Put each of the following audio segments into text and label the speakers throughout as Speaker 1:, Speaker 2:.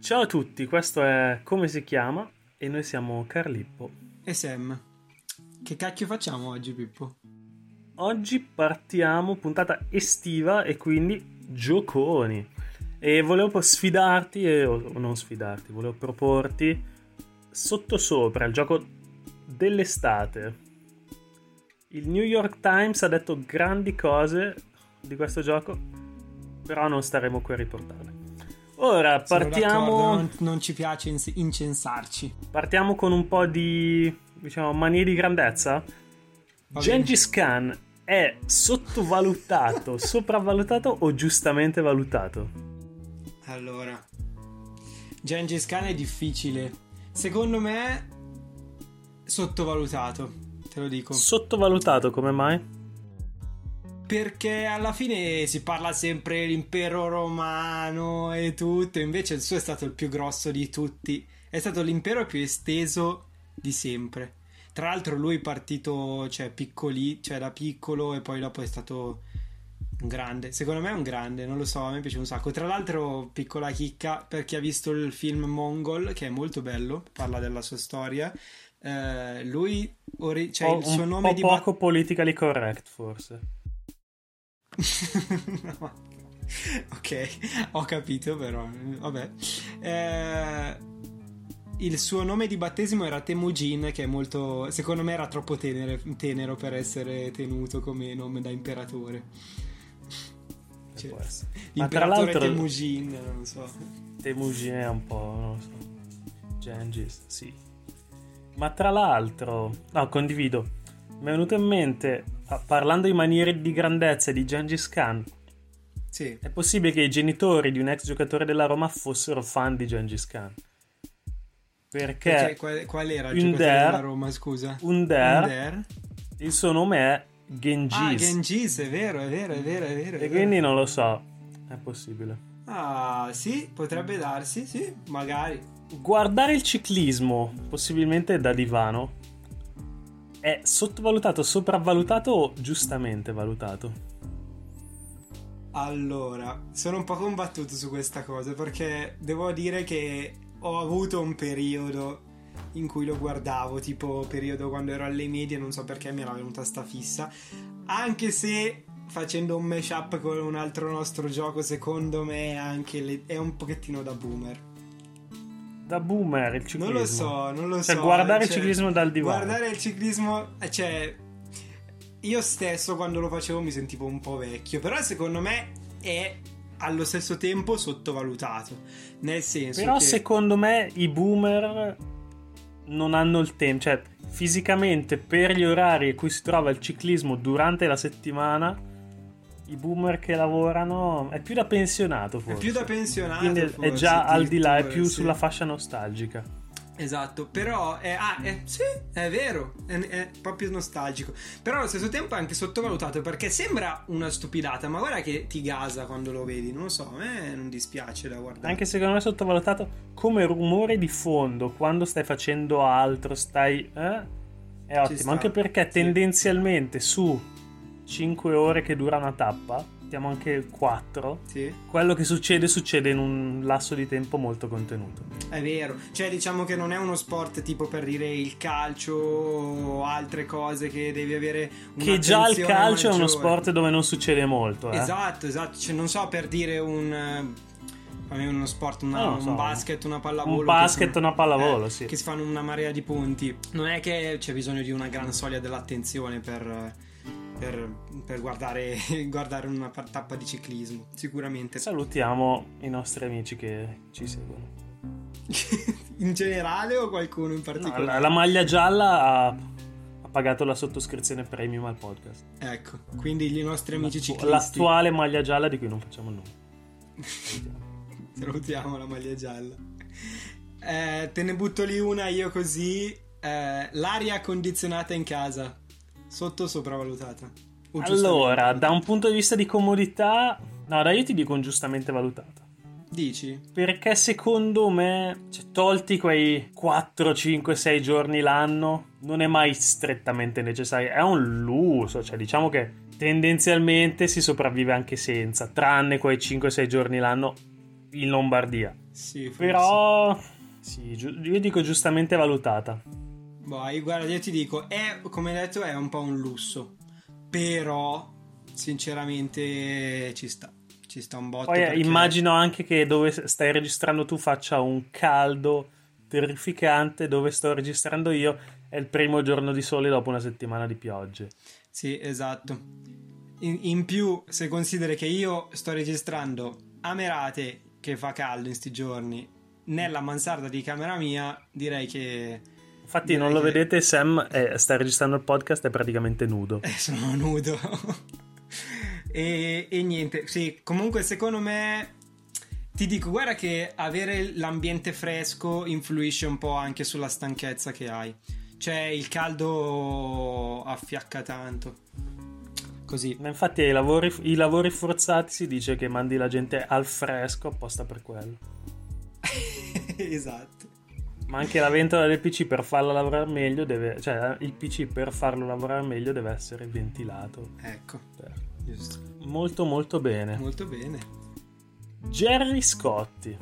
Speaker 1: Ciao a tutti, questo è Come si chiama e noi siamo Carlippo.
Speaker 2: E Sam, che cacchio facciamo oggi Pippo?
Speaker 1: Oggi partiamo puntata estiva e quindi gioconi. E volevo sfidarti, e- o non sfidarti, volevo proporti sottosopra il gioco dell'estate. Il New York Times ha detto grandi cose di questo gioco, però non staremo qui a riportarle. Ora
Speaker 2: Sono d'accordo,
Speaker 1: partiamo...
Speaker 2: Non, non ci piace ins- incensarci.
Speaker 1: Partiamo con un po' di diciamo manie di grandezza.
Speaker 2: Va bene.
Speaker 1: Gengis Khan è sottovalutato, sopravvalutato o giustamente valutato?
Speaker 2: Allora, Gengis Khan è difficile. Secondo me, sottovalutato. Te lo dico.
Speaker 1: Sottovalutato come mai?
Speaker 2: Perché alla fine si parla sempre dell'impero romano e tutto, invece il suo è stato il più grosso di tutti, è stato l'impero più esteso di sempre. Tra l'altro lui è partito, cioè, piccoli, cioè da piccolo e poi dopo è stato un grande. Secondo me è un grande, non lo so, a me piace un sacco. Tra l'altro, piccola chicca, per chi ha visto il film Mongol, che è molto bello, parla della sua storia, eh, lui, ori- cioè,
Speaker 1: Po-
Speaker 2: il suo
Speaker 1: Oh, un
Speaker 2: nome
Speaker 1: po'
Speaker 2: di bat-
Speaker 1: poco politically correct forse.
Speaker 2: No. Ok, ho capito però, vabbè. Eh, il suo nome di battesimo era Temujin, che è molto, secondo me era troppo tenere- tenero per essere tenuto come nome da imperatore. Cioè,
Speaker 1: può essere. Ma tra
Speaker 2: Imperatore
Speaker 1: l'altro-
Speaker 2: Temujin, non so.
Speaker 1: Temujin è un po', non lo so. Gengis, sì. Ma tra l'altro, no, condivido. Mi è venuto in mente ah, parlando di maniere di grandezza di Gengis Khan
Speaker 2: Sì,
Speaker 1: È possibile che i genitori di un ex giocatore della Roma fossero fan di Gengis Khan.
Speaker 2: perché
Speaker 1: Perché
Speaker 2: qual, qual era il
Speaker 1: Under-
Speaker 2: giocatore della Roma, scusa?
Speaker 1: Under,
Speaker 2: Under?
Speaker 1: il suo nome è Gengis.
Speaker 2: Ah, Gengis, è vero, è vero, è vero, è vero. è
Speaker 1: E
Speaker 2: vero.
Speaker 1: quindi non lo so, è possibile.
Speaker 2: Ah, sì, potrebbe darsi, sì, magari.
Speaker 1: Guardare il ciclismo, possibilmente da divano, è sottovalutato, sopravvalutato o giustamente valutato?
Speaker 2: Allora, sono un po' combattuto su questa cosa perché devo dire che ho avuto un periodo in cui lo guardavo, tipo periodo quando ero alle medie, non so perché mi era venuta sta fissa, anche se facendo un mashup con un altro nostro gioco, secondo me anche le- è un pochettino da boomer.
Speaker 1: Da boomer il ciclismo.
Speaker 2: Non lo so, non lo
Speaker 1: Cioè,
Speaker 2: so.
Speaker 1: guardare il
Speaker 2: cioè,
Speaker 1: ciclismo dal divano.
Speaker 2: Guardare il ciclismo, eh, cioè, io stesso quando lo facevo mi sentivo un po' vecchio, però secondo me è allo stesso tempo sottovalutato. Nel senso
Speaker 1: Però
Speaker 2: che
Speaker 1: secondo me i boomer non hanno il tempo, cioè fisicamente per gli orari in cui si trova il ciclismo durante la settimana, i boomer che lavorano è più da pensionato
Speaker 2: è
Speaker 1: forse.
Speaker 2: più da pensionato.
Speaker 1: Quindi è-
Speaker 2: forse,
Speaker 1: è già al di là, è
Speaker 2: addirittura,
Speaker 1: più
Speaker 2: sì.
Speaker 1: sulla fascia nostalgica.
Speaker 2: Esatto, però è, ah, è- sì, è vero, è, è proprio nostalgico. Però allo stesso tempo è anche sottovalutato perché sembra una stupidata, ma guarda che ti gasa quando lo vedi, non lo so, a me non dispiace da guardare.
Speaker 1: Anche secondo me è sottovalutato come rumore di fondo quando stai facendo altro, stai... eh? È ottimo,
Speaker 2: sta,
Speaker 1: anche perché
Speaker 2: sì.
Speaker 1: tendenzialmente su 5 ore che dura una tappa, diamo anche 4,
Speaker 2: Sì.
Speaker 1: quello che succede succede in un lasso di tempo molto contenuto.
Speaker 2: È vero, cioè diciamo che non è uno sport tipo per dire il calcio o altre cose che devi avere
Speaker 1: che già il
Speaker 2: un'attenzione
Speaker 1: calcio è uno
Speaker 2: maggiore.
Speaker 1: sport dove non succede molto. Eh?
Speaker 2: Esatto, esatto, cioè, non so per dire un eh, fammi uno sport, una-
Speaker 1: No, non
Speaker 2: un
Speaker 1: so.
Speaker 2: basket, una pallavolo.
Speaker 1: Un
Speaker 2: che
Speaker 1: basket,
Speaker 2: sono- eh,
Speaker 1: una pallavolo, sì.
Speaker 2: Che si fanno una marea di punti. Non è che c'è bisogno di una gran soglia dell'attenzione per, per- per guardare, guardare una par- tappa di ciclismo, sicuramente.
Speaker 1: Salutiamo i nostri amici che ci seguono.
Speaker 2: in generale o qualcuno in
Speaker 1: No,
Speaker 2: particolare?
Speaker 1: la, la maglia gialla ha, ha pagato la sottoscrizione premium al podcast.
Speaker 2: Ecco, quindi i nostri amici
Speaker 1: L'attu-
Speaker 2: ciclisti.
Speaker 1: L'attuale maglia gialla di cui non facciamo il nome. Salutiamo.
Speaker 2: Salutiamo la maglia gialla. Eh, te ne butto lì una io così. Eh, l'aria condizionata in casa. Sotto sopravvalutata. O giustamente
Speaker 1: Allora,
Speaker 2: valutata.
Speaker 1: da un punto di vista di comodità, no, dai, io ti dico un giustamente valutata.
Speaker 2: Dici?
Speaker 1: Perché secondo me, cioè, tolti quei 4, 5, 6 giorni l'anno, non è mai strettamente necessario. È un lusso, cioè diciamo che tendenzialmente si sopravvive anche senza, tranne quei 5, 6 giorni l'anno in Lombardia.
Speaker 2: Sì, forse.
Speaker 1: Però sì, giu- io dico giustamente valutata.
Speaker 2: Boh, io- guarda, io ti dico, è, come detto, è un po' un lusso. Però, sinceramente, ci sta. Ci sta un botto.
Speaker 1: Poi eh,
Speaker 2: perché-
Speaker 1: immagino anche che dove stai registrando tu faccia un caldo terrificante, dove sto registrando io è il primo giorno di sole dopo una settimana di piogge.
Speaker 2: Sì, esatto. In, in più, se consideri che io sto registrando a Merate, che fa caldo in sti giorni, nella mansarda di camera mia, direi che
Speaker 1: Infatti
Speaker 2: Direi
Speaker 1: non lo
Speaker 2: che-
Speaker 1: vedete, Sam eh, sta registrando il podcast, è praticamente nudo.
Speaker 2: Eh, sono nudo. e, e niente, sì, comunque secondo me ti dico, guarda che avere l'ambiente fresco influisce un po' anche sulla stanchezza che hai. Cioè il caldo affiacca tanto. Così.
Speaker 1: Ma infatti ai lavori, i lavori forzati si dice che mandi la gente al fresco apposta per quello.
Speaker 2: esatto.
Speaker 1: Ma anche la ventola del PC per farla lavorare meglio deve... Cioè, il PC per farlo lavorare meglio deve essere ventilato.
Speaker 2: Ecco,
Speaker 1: Cioè,
Speaker 2: giusto.
Speaker 1: Molto molto bene.
Speaker 2: Molto bene.
Speaker 1: Jerry Scotti.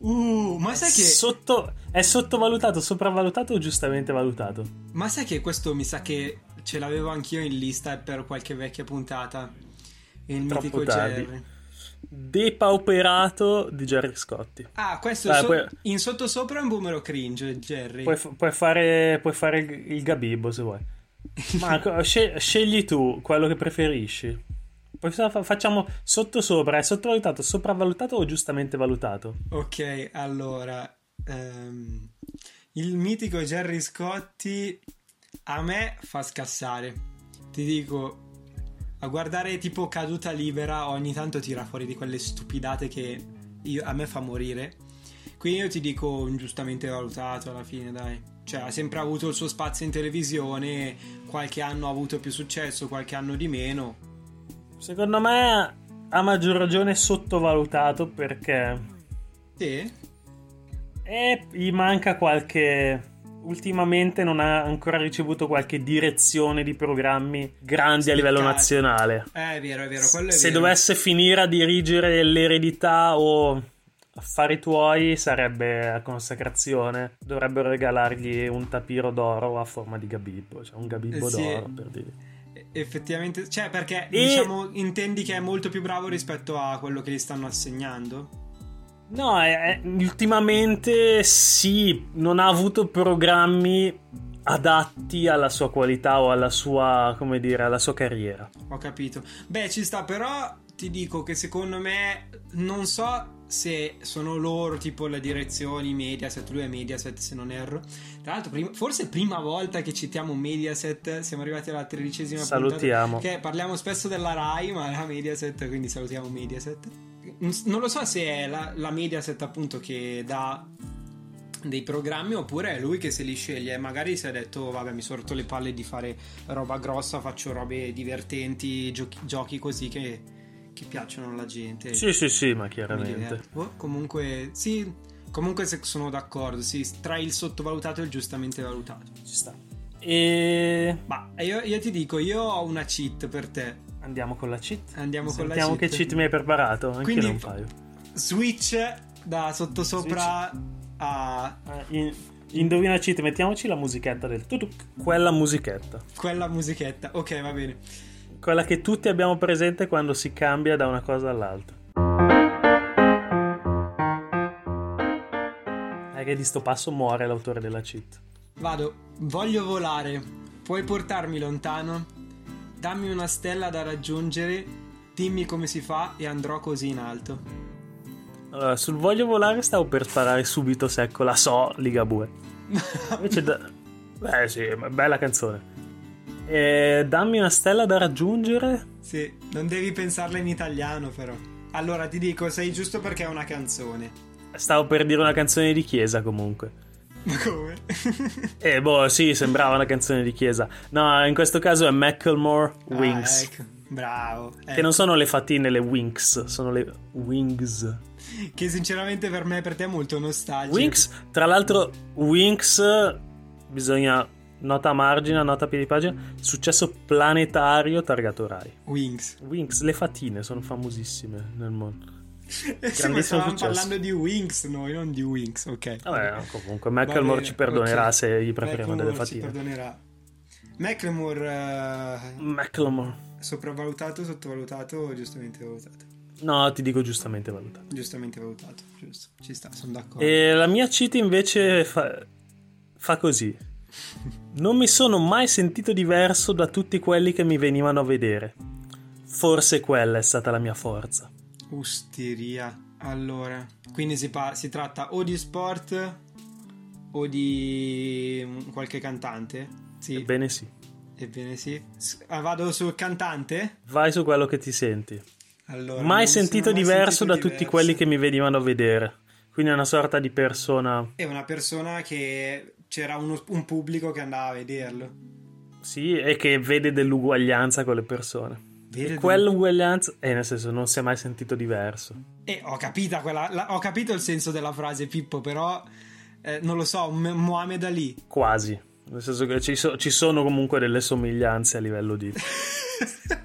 Speaker 2: Uh, ma sai che...
Speaker 1: Sotto- è sottovalutato, sopravvalutato o giustamente valutato?
Speaker 2: Ma sai che questo mi sa che ce l'avevo anch'io in lista per qualche vecchia puntata. Il
Speaker 1: Troppo
Speaker 2: mitico
Speaker 1: tardi.
Speaker 2: Jerry.
Speaker 1: Depauperato di Jerry Scotti.
Speaker 2: Ah, questo
Speaker 1: Dai,
Speaker 2: so-
Speaker 1: poi-
Speaker 2: in sottosopra è un numero cringe, Jerry.
Speaker 1: Puoi, f- puoi fare, puoi fare il, il gabibbo se vuoi. Marco, sce- scegli tu quello che preferisci. Poi fa- fa- facciamo sotto sopra, è sottovalutato, sopravvalutato o giustamente valutato?
Speaker 2: ok, allora. ehm, il mitico Jerry Scotti a me fa scassare. Ti dico, a guardare tipo caduta libera ogni tanto tira fuori di quelle stupidate che io- a me fa morire. Quindi io ti dico un giustamente valutato alla fine, dai. Cioè, ha sempre avuto il suo spazio in televisione, qualche anno ha avuto più successo, qualche anno di meno.
Speaker 1: Secondo me a maggior ragione sottovalutato perché
Speaker 2: Sì,
Speaker 1: eh, gli manca qualche... Ultimamente non ha ancora ricevuto qualche direzione di programmi grandi a livello
Speaker 2: Spiccati.
Speaker 1: nazionale.
Speaker 2: Eh, è vero, è vero, quello è
Speaker 1: Se
Speaker 2: vero.
Speaker 1: dovesse finire a dirigere l'eredità o affari tuoi, sarebbe la consacrazione. Dovrebbero regalargli un tapiro d'oro a forma di gabibbo, cioè un gabibbo
Speaker 2: Eh sì.
Speaker 1: d'oro per dire.
Speaker 2: E- Effettivamente, cioè perché
Speaker 1: E-
Speaker 2: diciamo intendi che è molto più bravo rispetto a quello che gli stanno assegnando?
Speaker 1: No, è- è- ultimamente sì, non ha avuto programmi adatti alla sua qualità o alla sua, come dire, alla sua carriera.
Speaker 2: Ho capito. Beh, ci sta, però ti dico che secondo me non so se sono loro tipo la direzione Mediaset, lui è Mediaset se non erro. Tra l'altro, prim- forse prima volta che citiamo Mediaset, siamo arrivati alla tredicesima puntata.
Speaker 1: Salutiamo.
Speaker 2: Perché parliamo spesso della Rai, ma la Mediaset, quindi salutiamo Mediaset. Non lo so se è la, la Mediaset appunto che dà dei programmi oppure è lui che se li sceglie. Magari si è detto, vabbè, mi sorto le palle di fare roba grossa, faccio robe divertenti, giochi, giochi così che, che piacciono alla gente.
Speaker 1: Sì, sì, sì, ma
Speaker 2: Mi
Speaker 1: chiaramente.
Speaker 2: diverto. Boh, comunque, sì, comunque se- sono d'accordo, sì, tra il sottovalutato e il giustamente valutato.
Speaker 1: Ci sta. E
Speaker 2: Ma io, io ti dico, io ho una cheat per te.
Speaker 1: andiamo con la cheat.
Speaker 2: Andiamo con la
Speaker 1: Sentiamo
Speaker 2: cheat.
Speaker 1: che cheat mi hai preparato, anche
Speaker 2: Quindi-
Speaker 1: io un paio.
Speaker 2: Switch da sottosopra a
Speaker 1: Eh, in- Indovina cheat, mettiamoci la musichetta del tutuc, quella musichetta,
Speaker 2: quella musichetta. Ok, va bene.
Speaker 1: quella che tutti abbiamo presente quando si cambia da una cosa all'altra. È che di sto passo muore l'autore della cheat.
Speaker 2: Vado. Voglio volare. Puoi portarmi lontano? Dammi una stella da raggiungere. Dimmi come si fa e andrò così in alto.
Speaker 1: Allora, sul voglio volare stavo per sparare subito secco, la so, Ligabue. Invece da- Beh sì, ma bella canzone. Eh, dammi una stella da raggiungere.
Speaker 2: sì, non devi pensarla in italiano però. Allora ti dico, sei giusto perché è una canzone.
Speaker 1: Stavo per dire una canzone di chiesa comunque.
Speaker 2: Ma come?
Speaker 1: Eh, boh, sì, sembrava una canzone di chiesa. No, in questo caso è Macklemore Wings.
Speaker 2: Ah, ecco. Bravo.
Speaker 1: Che non sono le fatine, le winks, sono le wings.
Speaker 2: ecco. Che sinceramente per me e per te è molto nostalgico.
Speaker 1: Winks, tra l'altro, winks, bisogna, nota a margine, nota a piedi pagina, successo planetario targato Rai.
Speaker 2: Wings.
Speaker 1: Winx, le fatine sono famosissime nel mondo.
Speaker 2: Eh sì, ma stavamo parlando di Wings noi, non di Wings, ok.
Speaker 1: Vabbè, comunque, McElmore ci perdonerà
Speaker 2: ok.
Speaker 1: se gli prepariamo
Speaker 2: McLemore
Speaker 1: delle
Speaker 2: ci
Speaker 1: fatine.
Speaker 2: perdonerà. McLemore eh,
Speaker 1: McElmore.
Speaker 2: sopravvalutato, sottovalutato o giustamente valutato?
Speaker 1: No, ti dico giustamente valutato.
Speaker 2: Giustamente valutato, giusto. Ci sta, sono d'accordo.
Speaker 1: E la mia cheat invece fa, fa così. Non mi sono mai sentito diverso da tutti quelli che mi venivano a vedere. Forse quella è stata la mia forza.
Speaker 2: Usteria. Allora, quindi si, par- si tratta o di sport o di mm, qualche cantante. Sì, ebbene,
Speaker 1: Ebbene sì.
Speaker 2: sì. S- ah, vado sul cantante.
Speaker 1: Vai su quello che ti senti.
Speaker 2: Allora, non mi
Speaker 1: mai
Speaker 2: sono
Speaker 1: sentito
Speaker 2: mai
Speaker 1: diverso
Speaker 2: sentito
Speaker 1: da
Speaker 2: diverso.
Speaker 1: tutti quelli che mi venivano a vedere. Quindi è una sorta di persona.
Speaker 2: È una persona che c'era uno- un pubblico che andava a vederlo.
Speaker 1: Sì, e che vede dell'uguaglianza con le persone.
Speaker 2: Vede-
Speaker 1: e quell'uguaglianza, eh, nel senso, non si è mai sentito diverso.
Speaker 2: Eh, ho, capita quella- la- ho capito il senso della frase, Pippo, però eh, non lo so, M- Mohamed Ali.
Speaker 1: Quasi. Nel senso che ci, so- ci sono comunque delle somiglianze a livello di.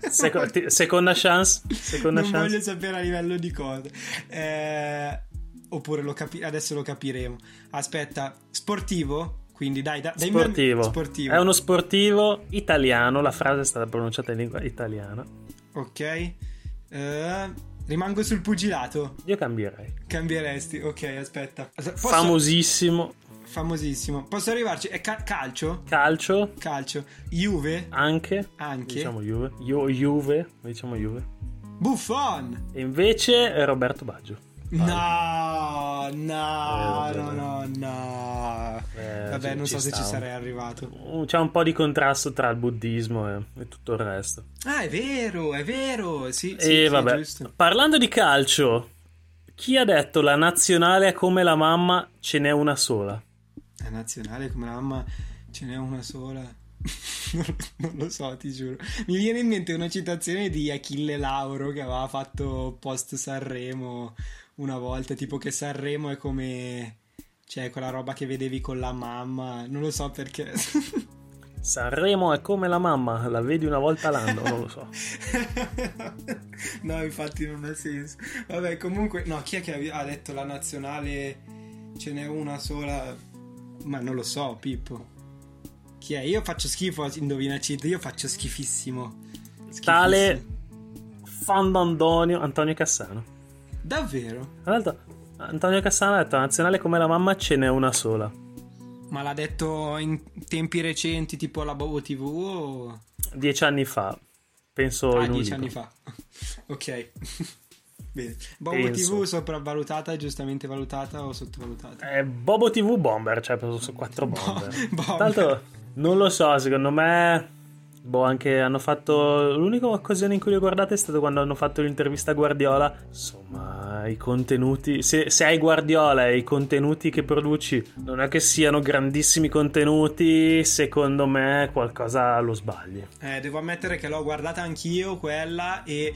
Speaker 1: Seco- ti- seconda chance? Seconda
Speaker 2: non
Speaker 1: chance?
Speaker 2: voglio sapere a livello di cosa. Eh, oppure lo capi- adesso lo capiremo. Aspetta, sportivo? Quindi dai, da- dai mi-
Speaker 1: Sportivo.
Speaker 2: sportivo.
Speaker 1: È uno sportivo italiano. La frase è stata pronunciata in lingua italiana.
Speaker 2: Ok. Eh, rimango sul pugilato.
Speaker 1: Io cambierei.
Speaker 2: Cambieresti. Ok, aspetta. Posso-
Speaker 1: Famosissimo.
Speaker 2: famosissimo. Posso arrivarci? È ca- calcio?
Speaker 1: Calcio.
Speaker 2: Calcio. Juve?
Speaker 1: Anche.
Speaker 2: Anche.
Speaker 1: Diciamo Juve. Ju- Juve. Diciamo Juve.
Speaker 2: Buffon!
Speaker 1: E invece è Roberto Baggio.
Speaker 2: No, no,
Speaker 1: Eh, vabbè,
Speaker 2: no, no, no.
Speaker 1: Eh,
Speaker 2: Vabbè,
Speaker 1: ci-
Speaker 2: non
Speaker 1: ci
Speaker 2: so se
Speaker 1: sta
Speaker 2: ci
Speaker 1: un-
Speaker 2: sarei arrivato.
Speaker 1: Uh, C'è un po' di contrasto tra il buddismo e, e tutto il resto.
Speaker 2: Ah, è vero, è vero. Sì, sì,
Speaker 1: e
Speaker 2: sì,
Speaker 1: Eh, vabbè,
Speaker 2: giusto.
Speaker 1: parlando di calcio, chi ha detto la nazionale è come la mamma, ce n'è una sola?
Speaker 2: La nazionale come la mamma ce n'è una sola. non, non lo so, ti giuro. Mi viene in mente una citazione di Achille Lauro che aveva fatto post Sanremo una volta, tipo che Sanremo è come cioè quella roba che vedevi con la mamma, non lo so perché.
Speaker 1: Sanremo è come la mamma, la vedi una volta l'anno, non lo so.
Speaker 2: no, infatti non ha senso. Vabbè, comunque, no, chi è che ha detto la nazionale ce n'è una sola? Ma non lo so, Pippo. Chi è? Io faccio schifo, indovina Cid, io faccio schifissimo. Schifissimo.
Speaker 1: Tale Fando Antonio, Antonio Cassano.
Speaker 2: Davvero?
Speaker 1: Tra l'altro, Antonio Cassano ha detto la nazionale è come la mamma, ce n'è una sola.
Speaker 2: Ma l'ha detto in tempi recenti, tipo alla Bobo TV o...
Speaker 1: Dieci anni fa, penso
Speaker 2: Ah,
Speaker 1: in un libro.
Speaker 2: dieci anni fa. ok. Bene. Bobo
Speaker 1: Penso.
Speaker 2: TV sopravvalutata, giustamente valutata o sottovalutata?
Speaker 1: Eh, Bobo TV Bomber, cioè sono quattro bomber.
Speaker 2: Bomber.
Speaker 1: Tanto non lo so, secondo me. Boh, anche hanno fatto. L'unica occasione in cui li ho guardate è stato quando hanno fatto l'intervista a Guardiola. Insomma, i contenuti. Se, se hai Guardiola e i contenuti che produci non è che siano grandissimi contenuti, secondo me qualcosa lo sbagli.
Speaker 2: Eh, devo ammettere che l'ho guardata anch'io quella e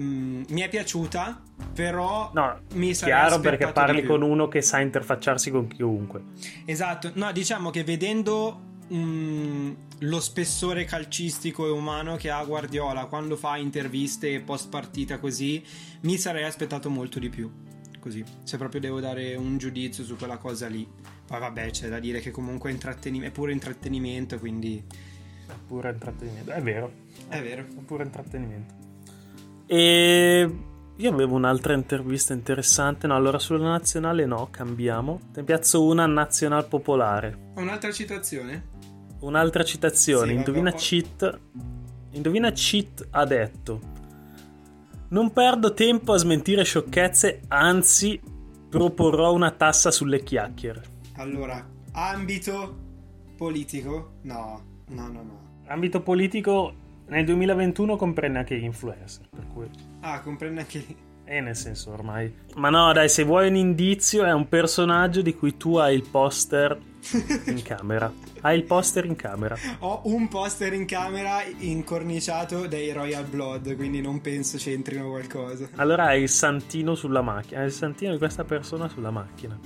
Speaker 2: mm, mi è piaciuta, però
Speaker 1: No,
Speaker 2: mi sarei
Speaker 1: chiaro perché
Speaker 2: aspettato di
Speaker 1: parli
Speaker 2: più.
Speaker 1: con uno che sa interfacciarsi con chiunque.
Speaker 2: Esatto, no, diciamo che vedendo mm, lo spessore calcistico e umano che ha Guardiola quando fa interviste post partita così, mi sarei aspettato molto di più. Così, se proprio devo dare un giudizio su quella cosa lì. Poi vabbè, c'è da dire che comunque è, intratteni- è pure intrattenimento, quindi
Speaker 1: È pure intrattenimento, è vero.
Speaker 2: è vero.
Speaker 1: pure intrattenimento. E io avevo un'altra intervista interessante. No, allora sulla nazionale no, cambiamo. Te ne piazzo una nazional popolare.
Speaker 2: Un'altra citazione?
Speaker 1: Un'altra citazione,
Speaker 2: Sì, vabbè,
Speaker 1: indovina
Speaker 2: poi-
Speaker 1: cheat. Indovina cheat ha detto. Non perdo tempo a smentire sciocchezze, anzi proporrò una tassa sulle chiacchiere.
Speaker 2: Allora, ambito politico? No, no, no, no.
Speaker 1: Ambito politico nel 2021 comprende anche gli influencer, per cui
Speaker 2: Ah, comprende anche
Speaker 1: Eh, nel senso ormai. Ma no, dai, se vuoi un indizio, è un personaggio di cui tu hai il poster in camera. Hai il poster in camera.
Speaker 2: Ho un poster in camera incorniciato dei Royal Blood, quindi non penso c'entrino qualcosa.
Speaker 1: Allora hai il santino sulla macchina. Hai il santino di questa persona sulla macchina.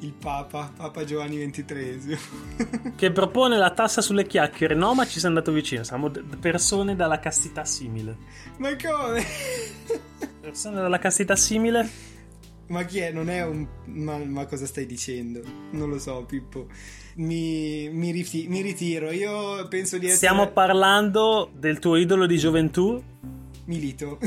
Speaker 2: Il Papa, Papa Giovanni XXIII.
Speaker 1: Che propone la tassa sulle chiacchiere. No, ma ci sei andato vicino. Siamo d- persone dalla castità simile.
Speaker 2: Ma come?
Speaker 1: Persona dalla castità simile?
Speaker 2: Ma chi è? Non è un. Ma, ma cosa stai dicendo? Non lo so, Pippo. Mi, mi riti- mi ritiro. Io penso di essere.
Speaker 1: Stiamo parlando del tuo idolo di gioventù?
Speaker 2: Milito.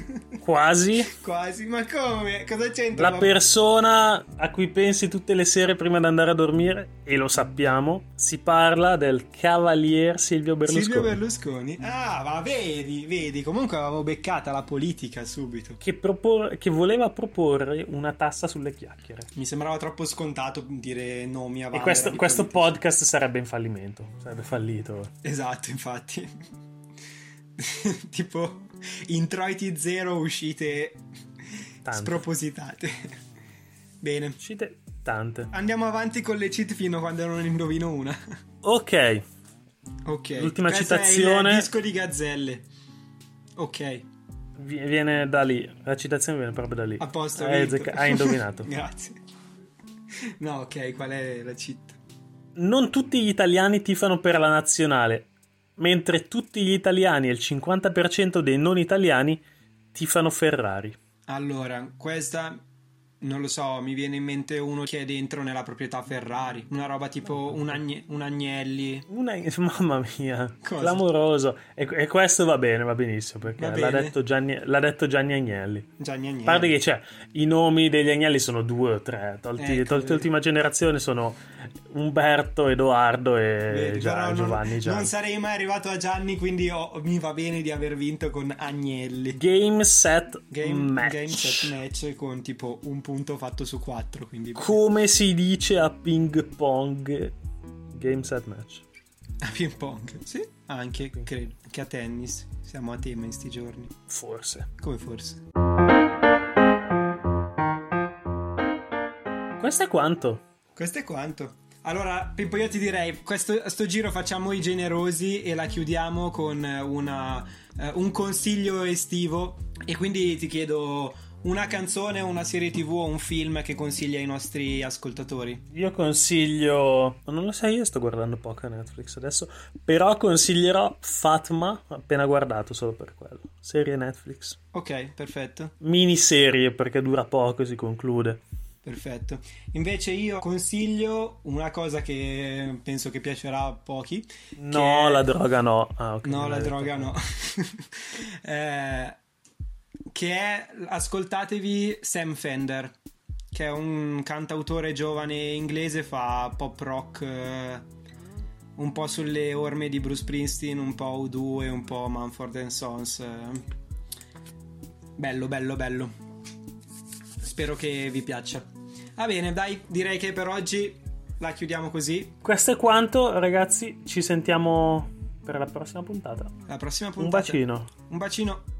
Speaker 1: Quasi.
Speaker 2: Quasi, ma come? Cosa c'entra?
Speaker 1: La
Speaker 2: Ma-
Speaker 1: persona a cui pensi tutte le sere prima di andare a dormire, e lo sappiamo, si parla del cavalier Silvio Berlusconi.
Speaker 2: Silvio Berlusconi? Ah, ma vedi, vedi. Comunque avevo beccata la politica subito.
Speaker 1: Che, propor- che voleva proporre una tassa sulle chiacchiere.
Speaker 2: Mi sembrava troppo scontato dire nomi avanti.
Speaker 1: E questo, questo podcast sarebbe in fallimento, sarebbe fallito.
Speaker 2: Esatto, infatti. tipo, introiti zero, uscite
Speaker 1: Tante.
Speaker 2: spropositate. Bene.
Speaker 1: Uscite tante.
Speaker 2: Andiamo avanti con le cheat fino a quando non ne indovino una.
Speaker 1: Ok,
Speaker 2: Ok.
Speaker 1: L'ultima
Speaker 2: Questo è
Speaker 1: citazione.
Speaker 2: il disco di gazzelle. Ok.
Speaker 1: vi- viene da lì. La citazione viene proprio da lì.
Speaker 2: A posto. ho
Speaker 1: Hai,
Speaker 2: vinto.
Speaker 1: azzecca- Eh, hai indovinato.
Speaker 2: Grazie. No, ok, qual è la cheat?
Speaker 1: Non tutti gli italiani tifano per la nazionale, mentre tutti gli italiani e il 50% dei non italiani tifano Ferrari.
Speaker 2: Allora, questa non lo so, mi viene in mente uno che è dentro nella proprietà Ferrari, una roba tipo un, Agne- un Agnelli.
Speaker 1: Una- mamma mia,
Speaker 2: Cosa?
Speaker 1: clamoroso. E, e questo va bene, va benissimo, perché
Speaker 2: Va
Speaker 1: L'ha,
Speaker 2: bene.
Speaker 1: detto Gianni, l'ha detto Gianni Agnelli.
Speaker 2: Gianni Agnelli.
Speaker 1: A parte che cioè, i nomi degli agnelli sono due o tre, tolti,
Speaker 2: Ecco,
Speaker 1: tolti
Speaker 2: vedi.
Speaker 1: l'ultima generazione sono Umberto, Edoardo e
Speaker 2: Vedi,
Speaker 1: Gia-
Speaker 2: però non-
Speaker 1: Giovanni. eh, Gianni.
Speaker 2: Non sarei mai arrivato a Gianni, quindi ho- mi va bene di aver vinto con Agnelli.
Speaker 1: Game set
Speaker 2: Game,
Speaker 1: match.
Speaker 2: game set match con tipo un punto fatto su quattro, quindi
Speaker 1: Come si dice a ping pong? Game set match.
Speaker 2: a ping pong. Sì, anche credo, anche a tennis. Siamo a tema in sti giorni,
Speaker 1: Forse.
Speaker 2: come forse.
Speaker 1: Questo è quanto.
Speaker 2: Questo è quanto. Allora, Pippo, io ti direi, questo sto giro facciamo i generosi e la chiudiamo con una, eh, un consiglio estivo. E quindi ti chiedo una canzone, una serie tv o un film che consigli ai nostri ascoltatori.
Speaker 1: Io consiglio. Non lo sai, io sto guardando poca Netflix adesso. Però consiglierò Fatma, appena guardato solo per quello. Serie Netflix.
Speaker 2: Ok, perfetto,
Speaker 1: Miniserie perché dura poco e si conclude.
Speaker 2: perfetto. Invece io consiglio una cosa che penso che piacerà a pochi.
Speaker 1: No,
Speaker 2: Che-
Speaker 1: la droga no. Ah, ok,
Speaker 2: No,
Speaker 1: non
Speaker 2: la
Speaker 1: l'hai
Speaker 2: droga
Speaker 1: detto.
Speaker 2: no. Eh, che è, ascoltatevi Sam Fender, che è un cantautore giovane inglese, fa pop rock eh, un po' sulle orme di Bruce Springsteen, un po' U2 e un po' Manford and Sons. eh. Bello, bello, bello. Spero che vi piaccia. Va bene, dai, direi che per oggi la chiudiamo così.
Speaker 1: Questo è quanto, ragazzi. Ci sentiamo per la prossima puntata.
Speaker 2: La prossima puntata.
Speaker 1: Un bacino.
Speaker 2: Un bacino.